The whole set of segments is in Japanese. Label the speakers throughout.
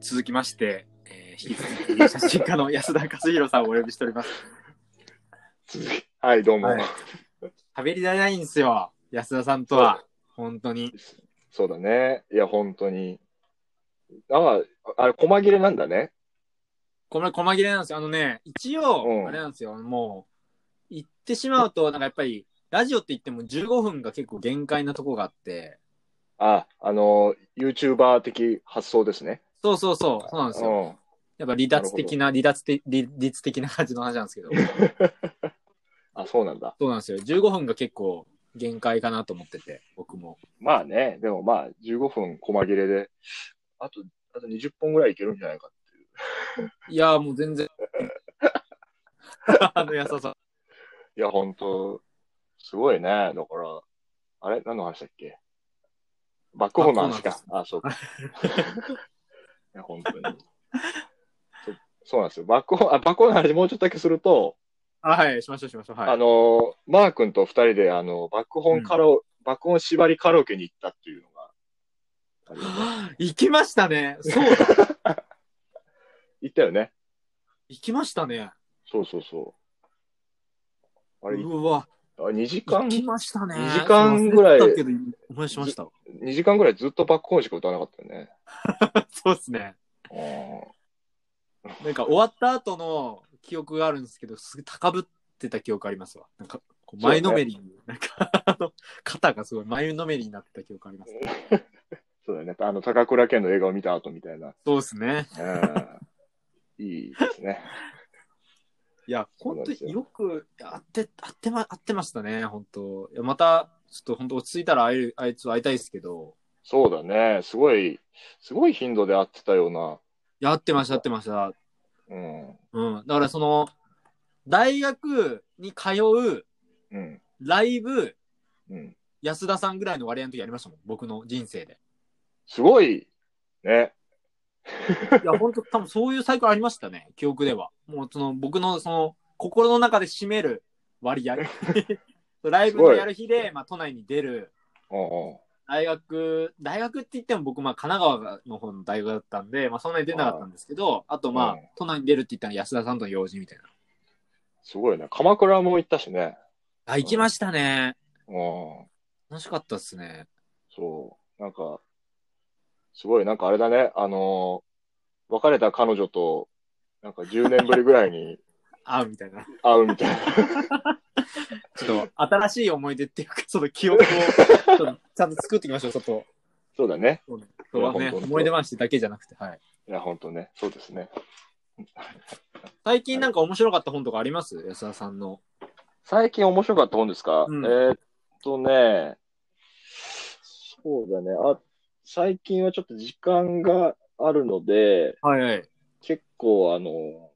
Speaker 1: 続きまして、えー、引き続き写真家の 安田和弘さんをお呼びしております。
Speaker 2: 続きはい、どうも。
Speaker 1: はい喋りたないんですよ、安田さんとは。本当に。
Speaker 2: そうだね。いや、本当に。ああ、あれ、細切れなんだね。
Speaker 1: これ、細切れなんですよ。あのね、一応
Speaker 2: う、ん
Speaker 1: あれなんですよ、もう、行ってしまうと、なんかやっぱり、ラジオって言っても15分が結構限界なとこがあって、
Speaker 2: あ、あの、YouTuber 的発想ですね。
Speaker 1: そうそうそう、そうなんですよ。
Speaker 2: う
Speaker 1: やっぱ離脱的な、離脱て離立的な感じの話なんですけ ど、
Speaker 2: ん。あ、そうなんだ。
Speaker 1: そうなんですよ。15分が結構限界かなと思ってて、僕も。
Speaker 2: まあね、でもまあ、15分細切れで、あと、あと20本ぐらいいけるんじゃないか。
Speaker 1: いやーもう全然。 あの安田さん。
Speaker 2: いや、本当すごいね。だから、あれ何の話だっけバックホーンの話か。あ、そうか。い や、本当に。そそうなんですよ。バックホーン、あ、バックホーンの話もうちょっとだけすると、
Speaker 1: あはい、しましょうしましょう。は
Speaker 2: あ
Speaker 1: い。
Speaker 2: の、マー君と二人で、あの、バックホーンカラオ、バックホーン縛りカラオケに行ったっていうのが、あるよね
Speaker 1: 行きましたね。そうだ。
Speaker 2: 行ったよね。
Speaker 1: 行きましたね。
Speaker 2: そうそうそう。あれ、
Speaker 1: うわ。
Speaker 2: あ2時間
Speaker 1: 行、きましたね。
Speaker 2: 二時間ぐらい
Speaker 1: 忘れてたけど思い出しま した。
Speaker 2: 2時間ぐらいずっとバックホーンしか歌わなかったよね。
Speaker 1: そうですね。
Speaker 2: うん
Speaker 1: なんか終わった後の記憶があるんですけど、すぐ高ぶってた記憶ありますわ。なんか、こう前のめりに、なんか、あの、肩がすごい前のめりになってた記憶あります。
Speaker 2: そうだよね。あの、高倉健の映画を見た後みたいな。
Speaker 1: そうですね。
Speaker 2: うん。いいですね。
Speaker 1: いや、本当に
Speaker 2: そうなんですよ
Speaker 1: よく合って、合ってま、合ってましたね、本当いやまた、ちょっと本当落ち着いたら会える、あいつ会いたいですけど、
Speaker 2: そうだね。すごい、すごい頻度で会ってたよう
Speaker 1: いや、会ってました、会ってました。
Speaker 2: な。うん。
Speaker 1: うん。だからその、大学に通う、
Speaker 2: うん。
Speaker 1: ライブ、
Speaker 2: うん。
Speaker 1: 安田さんぐらいの割合の時ありましたもん、僕の人生で。
Speaker 2: すごい、ね。
Speaker 1: いや、本当多分そういうサイクルありましたね、記憶では。もうその、僕のその、心の中で占める割 合。ライブのやる日で、まあ、都内に出る。
Speaker 2: うんうん。
Speaker 1: 大学、大学って言っても僕、まあ、神奈川の方の大学だったんで、まあ、そんなに出なかったんですけど、あと、まあ、
Speaker 2: うん
Speaker 1: 都内に出るって言ったら安田さんとの用事みたいな。
Speaker 2: すごいね。鎌倉も行ったしね。
Speaker 1: あ、行きましたね。
Speaker 2: うん。
Speaker 1: 楽しかったっすね。
Speaker 2: そう。なんか、すごい、なんかあれだね。あのー別れた彼女と、なんか10年ぶりぐらいに
Speaker 1: 会うみたいな。
Speaker 2: 会うみたいな。
Speaker 1: ちょっと、新しい思い出っていうか、その記 憶を、ちょっとちゃんと作っていきましょう、ちょっと。
Speaker 2: そうだね。
Speaker 1: そうね
Speaker 2: いや
Speaker 1: ね
Speaker 2: 本当
Speaker 1: 思い出話だけじゃなくて、はい。
Speaker 2: いや、ほんとね。そうですね。
Speaker 1: 最近なんか面白かった本とかあります安田さんの。
Speaker 2: 最近面白かった本ですか、
Speaker 1: うん
Speaker 2: えーっとね、そうだね。あ、最近はちょっと時間があるので、
Speaker 1: はいはい。
Speaker 2: 結構あの、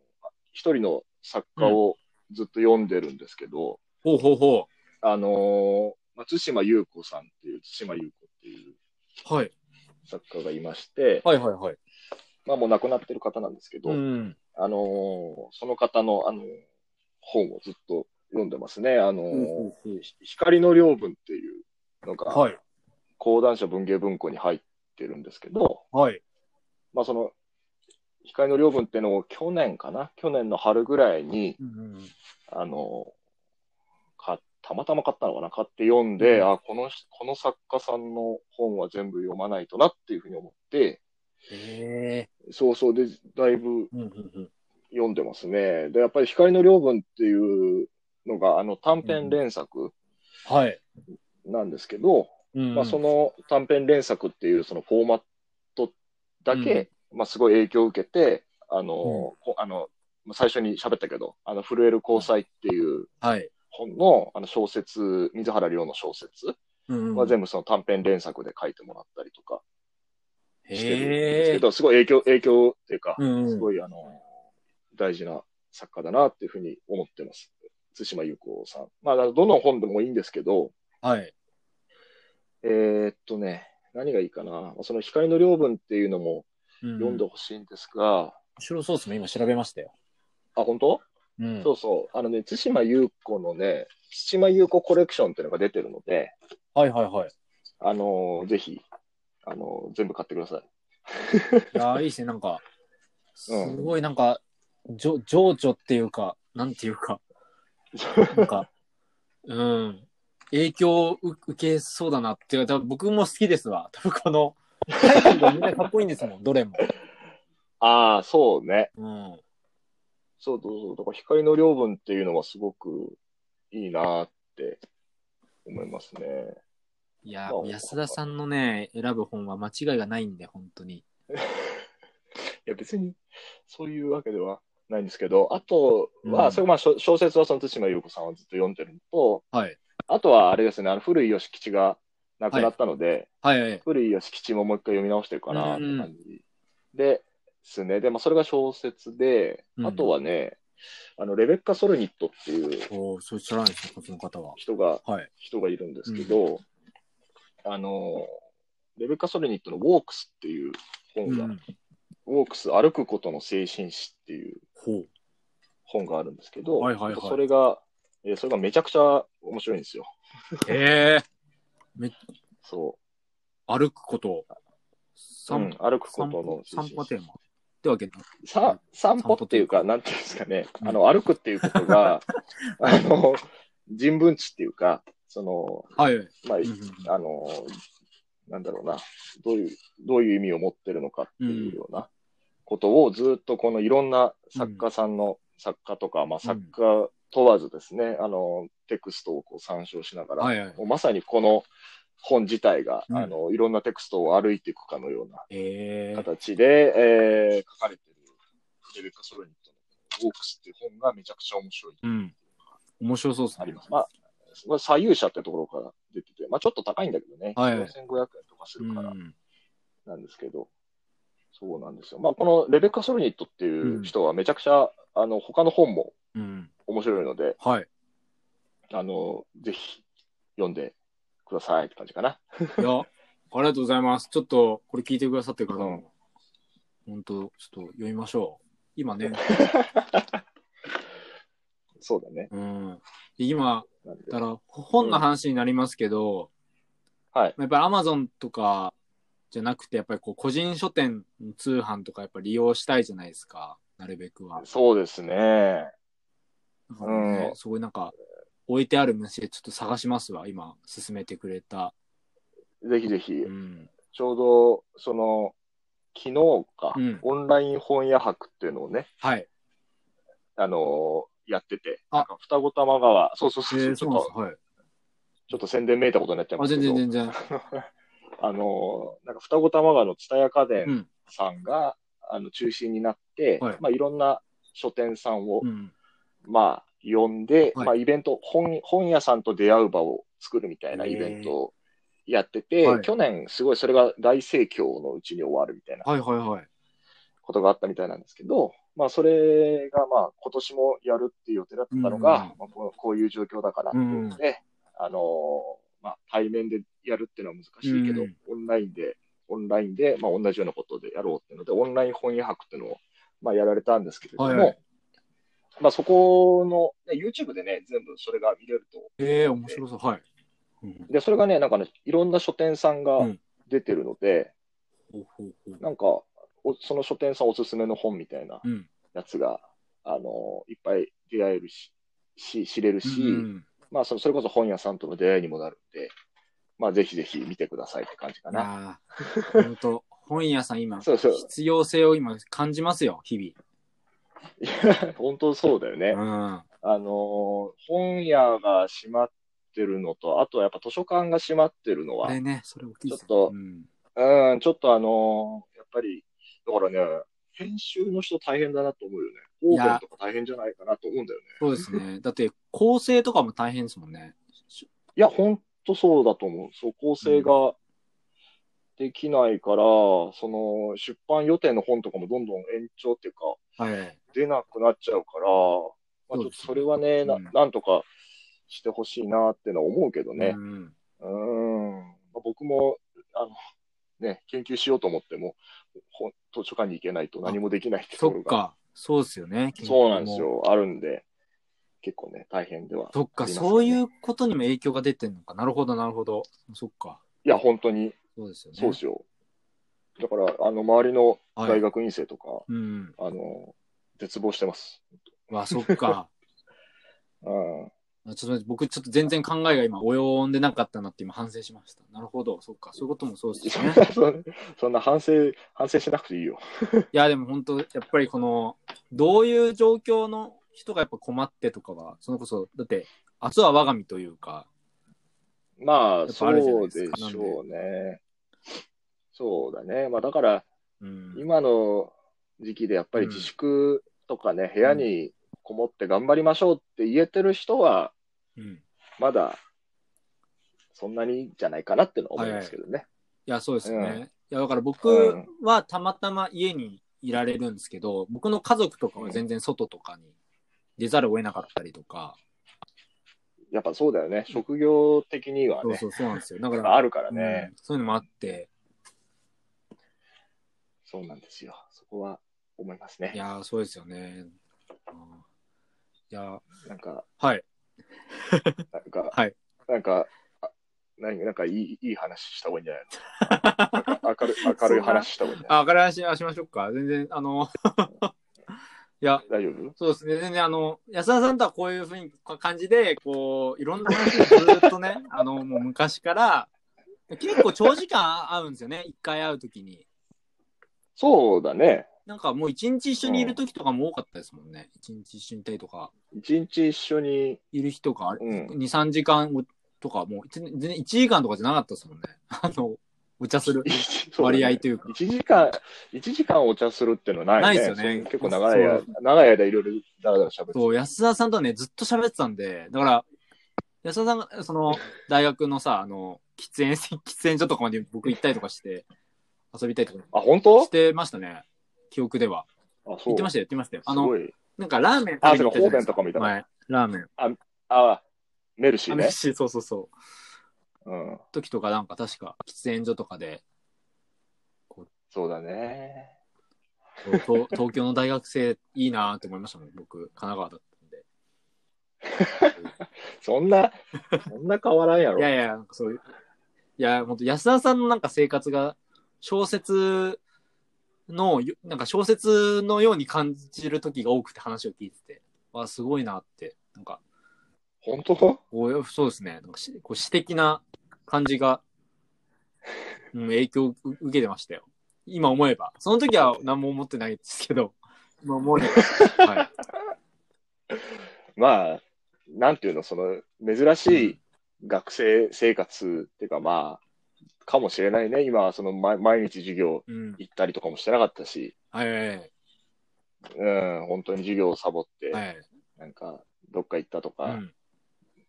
Speaker 2: 一人の作家をずっと読んでるんですけど、
Speaker 1: ほうほうほ
Speaker 2: あの、松島優子さんっていう、津島優子っていう
Speaker 1: う。はい。
Speaker 2: 作家がいまして、
Speaker 1: はいはいはい。
Speaker 2: まあもう亡くなってる方なんですけど、
Speaker 1: うん。
Speaker 2: あの、その方の、あの、本をずっと読んでますね。あの、ひ光の領分っていうのが、
Speaker 1: はい。
Speaker 2: 講談社文芸文庫に入ってるんですけど、
Speaker 1: はい。
Speaker 2: まあその、光の領分ってのを去年かな去年の春ぐらいに、
Speaker 1: うんうん
Speaker 2: あの、かたまたま買ったのかな買って読んで、
Speaker 1: うん
Speaker 2: あ、この人、この作家さんの本は全部読まないとなっていうふうに思って、
Speaker 1: え
Speaker 2: そうそうで、だいぶ
Speaker 1: ー。うんうんうん。
Speaker 2: 読んでますね。で、やっぱり光の領分っていうのが、あの短編連作
Speaker 1: はい。
Speaker 2: なんですけど、
Speaker 1: うん
Speaker 2: まあ、その短編連作っていうそのフォーマットだけ、まあ、すごい影響を受けて、あの、こあの最初に喋ったけど、あの震える交際っていう
Speaker 1: はい。
Speaker 2: 本のあの小説、水原涼の小説
Speaker 1: うん
Speaker 2: は全部その短編連作で書いてもらったりとかしてるんです
Speaker 1: へ
Speaker 2: け
Speaker 1: え。
Speaker 2: ど、すごい影響、影響っていうか、
Speaker 1: うんうん
Speaker 2: すごいあの、大事な作家だなっていうふうに思ってます。津島優子さん。まあ、どの本でもいいんですけど、
Speaker 1: はい。
Speaker 2: えーっとね、何がいいかな。その光の領分っていうのも読んで
Speaker 1: 面
Speaker 2: ほしいんですが、
Speaker 1: 白そうですね。今調べましたよ。
Speaker 2: あ、本当、
Speaker 1: うん。
Speaker 2: そうそう。あのね、津島優子のね、津島優子コレクションっていうのが出てるので、
Speaker 1: はいはいはい。
Speaker 2: あのーぜひ、あのー全部買ってください。
Speaker 1: いやー、いいですね。なんか、す
Speaker 2: うん
Speaker 1: ごいなんか、じょ情緒っていうか、なんていうか、 なんか、うん、影響を受けそうだなっていうか、多分僕も好きですわ。多分この、タイトルがみんなかっこいいんですもん、どれも。
Speaker 2: ああ、そうね。
Speaker 1: うん。
Speaker 2: そうそうそう。だから光の量分っていうのはすごくいいなって思いますね。
Speaker 1: いや
Speaker 2: まあ
Speaker 1: ー、安田さんのね、選ぶ本は間違いがないんで、本当に。
Speaker 2: いや、別にそういうわけではないんですけど、あとは、
Speaker 1: うん
Speaker 2: それまあ小小説はその対馬優子さんはずっと読んでるのと、
Speaker 1: はい。
Speaker 2: あとはあれですね、あの古い吉吉が亡くなったので、
Speaker 1: はいはい。
Speaker 2: 古い吉吉ももう一回読み直してるかなって
Speaker 1: うん
Speaker 2: 感じですね。で、まあ、それが小説で、
Speaker 1: うん
Speaker 2: あとはね、あの、レベッカ・ソルニットっていう
Speaker 1: おー、そう知らないですね、こっちの方は。
Speaker 2: 人が、
Speaker 1: はい。
Speaker 2: 人がいるんですけど、あの、レベッカ・ソルニットのウォークスっていう本
Speaker 1: う
Speaker 2: が、
Speaker 1: ん。
Speaker 2: ウォークス歩くことの精神史っていう
Speaker 1: ほう。
Speaker 2: 本があるんですけど、
Speaker 1: はいはいはい
Speaker 2: それが、えーそれがめちゃくちゃ面白いんですよ。
Speaker 1: へえ
Speaker 2: そ
Speaker 1: ー、歩くこと。
Speaker 2: う。うん、歩くこと
Speaker 1: 散
Speaker 2: の
Speaker 1: 歩
Speaker 2: 精
Speaker 1: 散
Speaker 2: 神史
Speaker 1: 歩テーマ。ってわけだ。
Speaker 2: さ散歩っていうか、なんていうんですかね、
Speaker 1: うん
Speaker 2: あの歩くっていうこと が、あの人文知っていうか、その、
Speaker 1: はいはい。
Speaker 2: まあ
Speaker 1: うんうん
Speaker 2: あの、なんだろうな、どういう、どういう意味を持ってるのかっていうようなことをずっとこのいろんな作家さんの、作家とか、まあ作家問わずですね、あの、テクストをこう参照しながら、
Speaker 1: はいはい
Speaker 2: もうまさにこの本自体が、
Speaker 1: うん
Speaker 2: あの、いろんなテクストを歩いていくかのような
Speaker 1: えー、
Speaker 2: 形で、えー書かれてる、レベッカ・ソロニットのウォークスっていう本がめちゃくちゃ面白い。
Speaker 1: うん。面白そうです
Speaker 2: あ
Speaker 1: ね
Speaker 2: ります。まあ、まあ、左右者ってところから出てて、まあちょっと高いんだけどね、
Speaker 1: はい
Speaker 2: 4500円とかす
Speaker 1: う
Speaker 2: るから
Speaker 1: ん。
Speaker 2: なんですけど、そうなんですよ。まあこのレベッカ・ソルニットっていう人はめちゃくちゃ、あの、他の本も
Speaker 1: うん。
Speaker 2: 面白いので、
Speaker 1: はい。
Speaker 2: あの、ぜひ読んでくださいって感じかな。
Speaker 1: いや、あ りがとうございます。ちょっと、これ聞いてくださってる方も、本当ちょっと読みましょう。今ね、
Speaker 2: そうだね。
Speaker 1: うん。今、
Speaker 2: なんで
Speaker 1: だから、本の話になりますけど、
Speaker 2: はい。
Speaker 1: やっぱり Amazon とかじゃなくて、やっぱりこう、個人書店の通販とかやっぱ利用したいじゃないですか。なるべくは。
Speaker 2: そうですね。
Speaker 1: だからね
Speaker 2: うん
Speaker 1: すごいなんか、置いてある店ちょっと探しますわ、今、勧めてくれた。
Speaker 2: ぜひぜひ、
Speaker 1: うん。
Speaker 2: ちょうど、その、昨日か、
Speaker 1: うん
Speaker 2: オンライン本屋博っていうのをね、
Speaker 1: はい。
Speaker 2: あのーやってて、
Speaker 1: あ
Speaker 2: なんか双子玉川、そうそう
Speaker 1: え
Speaker 2: そう、
Speaker 1: ー、
Speaker 2: ち
Speaker 1: そ
Speaker 2: ょ
Speaker 1: うなんで
Speaker 2: っと
Speaker 1: す、か。はい。
Speaker 2: ちょっと宣伝めいたことになっちゃい
Speaker 1: あ、
Speaker 2: ますけ
Speaker 1: 全
Speaker 2: ど、
Speaker 1: 然全然。
Speaker 2: あのーなんか双子玉川の蔦屋家
Speaker 1: う
Speaker 2: 電
Speaker 1: ん。
Speaker 2: さんが、あの中心になって、
Speaker 1: はい
Speaker 2: まあ、いろんな書店さんを、
Speaker 1: うん。
Speaker 2: まあ、呼んで、
Speaker 1: はい
Speaker 2: まあ、イベント本、本屋さんと出会う場を作るみたいなイベントをやってて、
Speaker 1: はい
Speaker 2: 去年、すごいそれが大盛況のうちに終わるみたいな
Speaker 1: はいはいはい。
Speaker 2: ことがあったみたいなんですけど、まあ、それがまあ今年もやるっていう予定だったのが、まあ、こうこういう状況だからっていうので、あのーまあ、対面でやるっていうのは難しいけど、
Speaker 1: うん
Speaker 2: オンラインで、オンラインで、まあ、同じようなことでやろうっていうので、オンライン本屋博っていうのを、まあ、やられたんですけれども、
Speaker 1: はいはい
Speaker 2: まあ、そこの、ね、YouTube でね、全部それが見れると。
Speaker 1: ええー、面白そう。はい。うん。
Speaker 2: で、それがね、なんかね、いろんな書店さんが出てるので、
Speaker 1: ほうほうほう。
Speaker 2: なんかお、その書店さんおすすめの本みたいな
Speaker 1: うん。
Speaker 2: やつが、あのいっぱい出会えるし、し知れるし、
Speaker 1: うん。
Speaker 2: まあその、それこそ本屋さんとの出会いにもなるんで、まあ、ぜひぜひ見てくださいって感じかな。
Speaker 1: ああ。本当本屋さん今、
Speaker 2: そうそう
Speaker 1: 必要性を今感じますよ、日
Speaker 2: いや本当そうだよね。
Speaker 1: 々。
Speaker 2: あのー本屋が閉まってるのと、あとはやっぱ図書館が閉まってるの
Speaker 1: うん。あ
Speaker 2: は、
Speaker 1: れね、それ大きいですね
Speaker 2: ちょっと
Speaker 1: うん。
Speaker 2: うん、ちょっとあのーやっぱり、だからね、編集の人大変だなと思うよね。オープンとか大変じゃないかなと思うんだよね。
Speaker 1: そうですね。だって、構成とかも大変ですもんね。
Speaker 2: いや、本当そうだと思う。そう、構成ができないから、その、出版予定の本とかもどんどん延長っていうか、
Speaker 1: はい。
Speaker 2: 出なくなっちゃうから、まあ、ちょっとそれはね、
Speaker 1: そ
Speaker 2: な
Speaker 1: うですねうん
Speaker 2: なんとかしてほしいなってのは思うけどね
Speaker 1: う。ん。
Speaker 2: うーん。まあ僕も、あの、ね、研究しようと思っても、ほん図書館に行けないと何もできないってと
Speaker 1: そ
Speaker 2: ころ
Speaker 1: っ
Speaker 2: が、
Speaker 1: か。そうですよね。
Speaker 2: そうなんです。よ。あるんで、結構ね、大変では。
Speaker 1: そっ
Speaker 2: あ
Speaker 1: か、
Speaker 2: りますよね
Speaker 1: そういうことにも影響が出てるのか。なるほど、なるほど。そっか。
Speaker 2: いや、本当に
Speaker 1: そうですよね。
Speaker 2: そうですよ。だから、あの、周りの大学院生とか、
Speaker 1: うん。
Speaker 2: あの、絶望してます。
Speaker 1: うわ、そっか。
Speaker 2: うん。
Speaker 1: ちょっと待って僕、ちょっと全然考えが今、及んでなかったなって今、反省しました。なるほど、そっか。そういうこともそうです
Speaker 2: そ
Speaker 1: よね
Speaker 2: ん な。、そんなそんな反省、反省しなくていいよ。
Speaker 1: いや、でも本当、やっぱりこの、どういう状況の人がやっぱ困ってとかは、そのこそ、だって、明日は我が身というか、
Speaker 2: まあ、
Speaker 1: やっぱ
Speaker 2: そ
Speaker 1: あるじゃないうです
Speaker 2: で
Speaker 1: か
Speaker 2: しょうね。そうだね。まあ、だから、
Speaker 1: うん。
Speaker 2: 今の時期でやっぱり自粛とかね、部屋にこもって頑張りましょうって言えてる人は、
Speaker 1: うん、い
Speaker 2: まだそんなにじゃないかなってのは思いますけどね。
Speaker 1: や、そうですよ
Speaker 2: うん
Speaker 1: ね。いや、だから
Speaker 2: う
Speaker 1: 僕
Speaker 2: ん
Speaker 1: はたまたま家にいられるんですけど、僕の家族とかは全然外とかに出ざるを得なかったりとか、
Speaker 2: やっぱそうだよね。職業的には
Speaker 1: そう
Speaker 2: ね、
Speaker 1: そうそうなんですよ。だから、
Speaker 2: あるからね、
Speaker 1: うんそういうのもあって、
Speaker 2: そうなんですよ。そこは思います
Speaker 1: い
Speaker 2: ね。
Speaker 1: や、そうですよね。うんいや、
Speaker 2: なんか、
Speaker 1: はい。
Speaker 2: なんか、
Speaker 1: はい
Speaker 2: なんか、あ何なんかいいいい話した方がいいんじゃな いの明る明るい話した方がいいんじゃない
Speaker 1: あ、から話ししましょうか。全然、あの、いや、
Speaker 2: 大丈夫
Speaker 1: そうですね。全然、あの、安田さんとはこういうふうに、こう感じで、こう、いろんな話をずっとね、あの、もう昔から、結構長時間会うんですよね。一回会うときに。
Speaker 2: そうだね。
Speaker 1: なんかもう一日一緒にいるときとかも多かったですもんね。一日一緒にいたりとか、
Speaker 2: 一日一緒に、
Speaker 1: いる日とか、あれ
Speaker 2: うん
Speaker 1: 2、。3時間とか、もう全然1時間とかじゃなかったですもんね。 あの、お茶する割合というか。
Speaker 2: 一時間、一時間お茶するってのはないね。
Speaker 1: ないですよね
Speaker 2: そう結構長い間
Speaker 1: そ、
Speaker 2: 長い間いろいろだらだら喋って
Speaker 1: そう、安田さんとはね、ずっと喋ってたんで、だから、安田さんが、その、大学のさ、あの、喫煙、 喫煙所とかまで僕行ったりとかして、遊びたいとか
Speaker 2: あ、本当
Speaker 1: してましたね。記憶では。
Speaker 2: あ、そ
Speaker 1: 行
Speaker 2: う。
Speaker 1: ってましたよ、行ってましたよ。あ
Speaker 2: す
Speaker 1: の
Speaker 2: ご、い。
Speaker 1: なんかラーメン
Speaker 2: あ、
Speaker 1: 食べ
Speaker 2: そ
Speaker 1: に行
Speaker 2: う
Speaker 1: ったじゃな
Speaker 2: か、方
Speaker 1: い
Speaker 2: 便とかもいた
Speaker 1: ですか。
Speaker 2: の。
Speaker 1: はい、ラーメン。
Speaker 2: あ、メルシー
Speaker 1: あの
Speaker 2: ね。
Speaker 1: し、そうそうそう。
Speaker 2: うん。
Speaker 1: 時とかなんか確か、喫煙所とかで、
Speaker 2: そうだね。
Speaker 1: こう と東京の大学生いいなーって思いましたもん、僕、神奈川だったんで。
Speaker 2: そんな、そんな変わらんやろ。
Speaker 1: いやいや、なんかそういう。いや、本当安田さんのなんか生活が、小説のよ、なんか小説のように感じる時が多くて話を聞いてて、わあ、すごいなって、なんか、
Speaker 2: 本当
Speaker 1: こうそうですね、なんかしこう詩的な感じが、うん、影響を受受けてましたよ。今思えば。その時は何も思ってないですけど、今思えば。 はい。
Speaker 2: まあ、なんていうの、その、珍しい学生生活っていうか、まあ、かもしれないね。今はその、ま、毎日授業
Speaker 1: うん。
Speaker 2: 行ったりとかもしてなかったし、
Speaker 1: はいはいはい
Speaker 2: うん、本当に授業をサボって、
Speaker 1: はい。
Speaker 2: なんか、どっか行ったと
Speaker 1: う
Speaker 2: か、
Speaker 1: ん。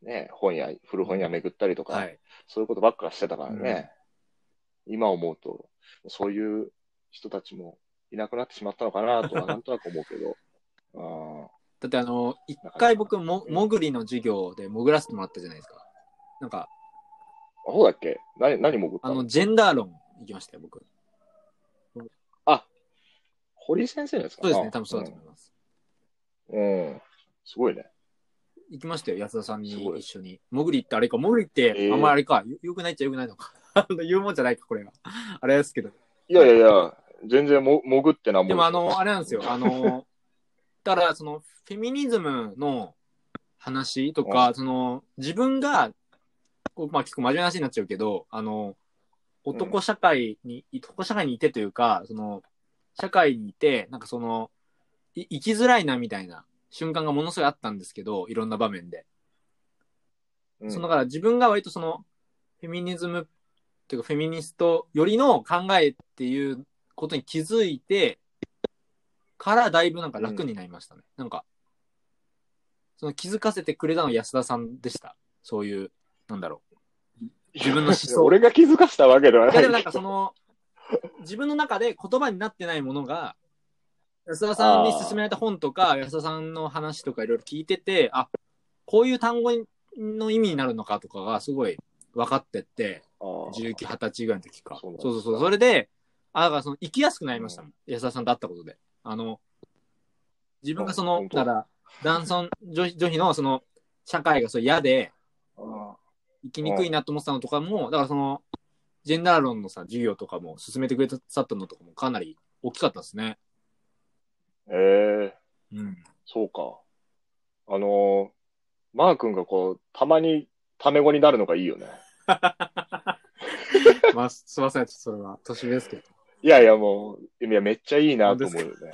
Speaker 2: ね、本屋、古本屋巡ったりとか、
Speaker 1: はい。
Speaker 2: そういうことばっかしてたからね、今思うと、そういう人たちもいなくなってしまったのかな とは、なんとなく思うけど、うん
Speaker 1: だってあの、一回僕も、もぐりの授業で潜らせてもらったじゃないですか。なんか、
Speaker 2: あそうだっけ何、何潜った
Speaker 1: あ
Speaker 2: の
Speaker 1: の、ジェンダー論行きましたよ、僕。
Speaker 2: 堀井先生のやつか
Speaker 1: そ
Speaker 2: な
Speaker 1: うですね、多分そうだと思います。
Speaker 2: うん。うんすごいね。
Speaker 1: 行きましたよ、安田さんに
Speaker 2: すごい
Speaker 1: 一緒に。もぐりってあれか、もぐりっ
Speaker 2: え
Speaker 1: て、
Speaker 2: ー
Speaker 1: あんまりあれか、よよくないっちゃよくないのか。 あの言うもんじゃないか、これは。あれですけど。
Speaker 2: いやいやいや、全然も潜ってなんも。
Speaker 1: でもあの、あれなんですよ、あ の、だからその、フェミニズムの話とか、その、自分が、こうまあ結構真面目な話になっちゃうけど、あの、男社会に、男社会にいてというか、その、社会にいて、なんかその、い生きづらいなみたいな瞬間がものすごいあったんですけど、いろんな場面で。
Speaker 2: うん、
Speaker 1: そのだから自分が割とそのフェミニズムっていうかフェミニストよりの考えっていうことに気づいてからだいぶなんか楽になりましたね。なんか、その気づかせてくれたのは安田さんでした。そういう、なんだろ自分の思想
Speaker 2: 俺が気づかせたわけでは
Speaker 1: う。い
Speaker 2: な
Speaker 1: や
Speaker 2: い
Speaker 1: でもなんかその、自分の中で言葉になってないものが、安田さんに勧められた本とか、安田さんの話とかいろいろ聞いてて、あ、こういう単語の意味になるのかとかがすごい分かってって、
Speaker 2: あー
Speaker 1: 19、20歳ぐらいの時か。
Speaker 2: そ
Speaker 1: そうう
Speaker 2: なんだ
Speaker 1: そうそう。それで、あ、だからその、生きやすくなりましたもん。安田さんと会ったことで。あの、自分がそ
Speaker 2: あ
Speaker 1: の
Speaker 2: 本、当
Speaker 1: ただ、男尊女女卑のその、社会がそう嫌で、
Speaker 2: あ
Speaker 1: 生きにくいなと思ってたのとかも、だからその、ジェンダー論のさ、授業とかも進めてくれさったのとかもかなり大きかったですね。
Speaker 2: ええ
Speaker 1: うん。
Speaker 2: そうか。あのーマー君がこう、たまにタメ語になるのがいいよね。
Speaker 1: まあ、すいません、ちょっとそれは年上ですけど。
Speaker 2: いやいや、もう、いや、めっちゃいいなと思うよね。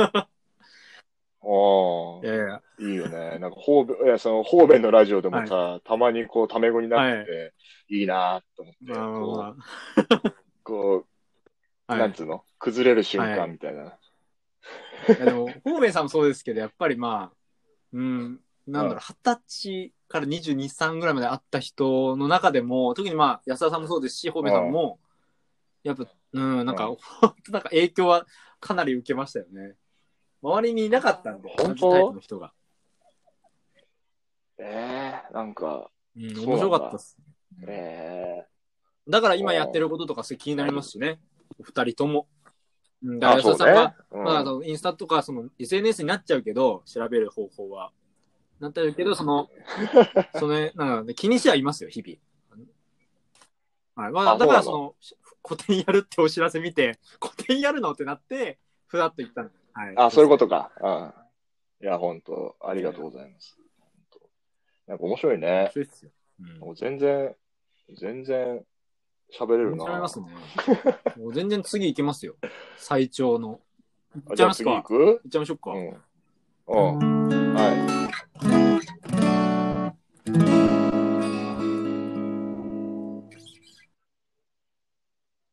Speaker 1: いや
Speaker 2: あ
Speaker 1: いや、
Speaker 2: あ、いいよね。なんか、方便、いや、その、方便のラジオでもさ、たまにこう、タメ語になってて、い、いなと思って、
Speaker 1: まあまあ
Speaker 2: こ
Speaker 1: ま
Speaker 2: う、こう
Speaker 1: あ。は
Speaker 2: ないん。つうの崩れる瞬
Speaker 1: は
Speaker 2: 間
Speaker 1: い
Speaker 2: みたいな。
Speaker 1: いやでも、方面さんもそうですけど、やっぱりまあ、うん、なんだろう、二十歳から22、3ぐらいまで会った人の中でも、特にまあ、安田さんもそうですし、方面さんも、やっぱ、うん、なんか、
Speaker 2: う
Speaker 1: 本当なんか影響はかなり受けましたよね。周りにいなかったんで、同
Speaker 2: 本当
Speaker 1: じタイプの人が。
Speaker 2: ええなんか、
Speaker 1: うん、
Speaker 2: そうなんだ
Speaker 1: 面白かったっす。
Speaker 2: ええ
Speaker 1: だから今やってることとかすごい気になりますしね、お二人とも。うん、だから
Speaker 2: あ、
Speaker 1: 安
Speaker 2: そ
Speaker 1: 田
Speaker 2: う
Speaker 1: さんが
Speaker 2: ね。うん
Speaker 1: まあ、あのインスタとかその SNS になっちゃうけど、調べる方法は。なっちゃうけど、そ の、その、なんか、ね、気にしてはいますよ、日々。はい。まあ、
Speaker 2: あ
Speaker 1: だから
Speaker 2: そ
Speaker 1: そう
Speaker 2: な
Speaker 1: の、古典やるってお知らせ見て、古典やるのってなって、ふらっと行ったの。はい。
Speaker 2: あ、そういうことか。うん。いや、本当ありがとうございます。本当なんか面白いね。
Speaker 1: そうですよ。うん。
Speaker 2: もう全然、全然喋れるな。
Speaker 1: いますね。もう全然次行けますよ。最長の。行
Speaker 2: あ
Speaker 1: っち
Speaker 2: じ
Speaker 1: ゃい
Speaker 2: ゃあ
Speaker 1: ます
Speaker 2: 次
Speaker 1: か。
Speaker 2: 行
Speaker 1: 行
Speaker 2: く
Speaker 1: っちゃいましょうか。
Speaker 2: うん。うん。はい。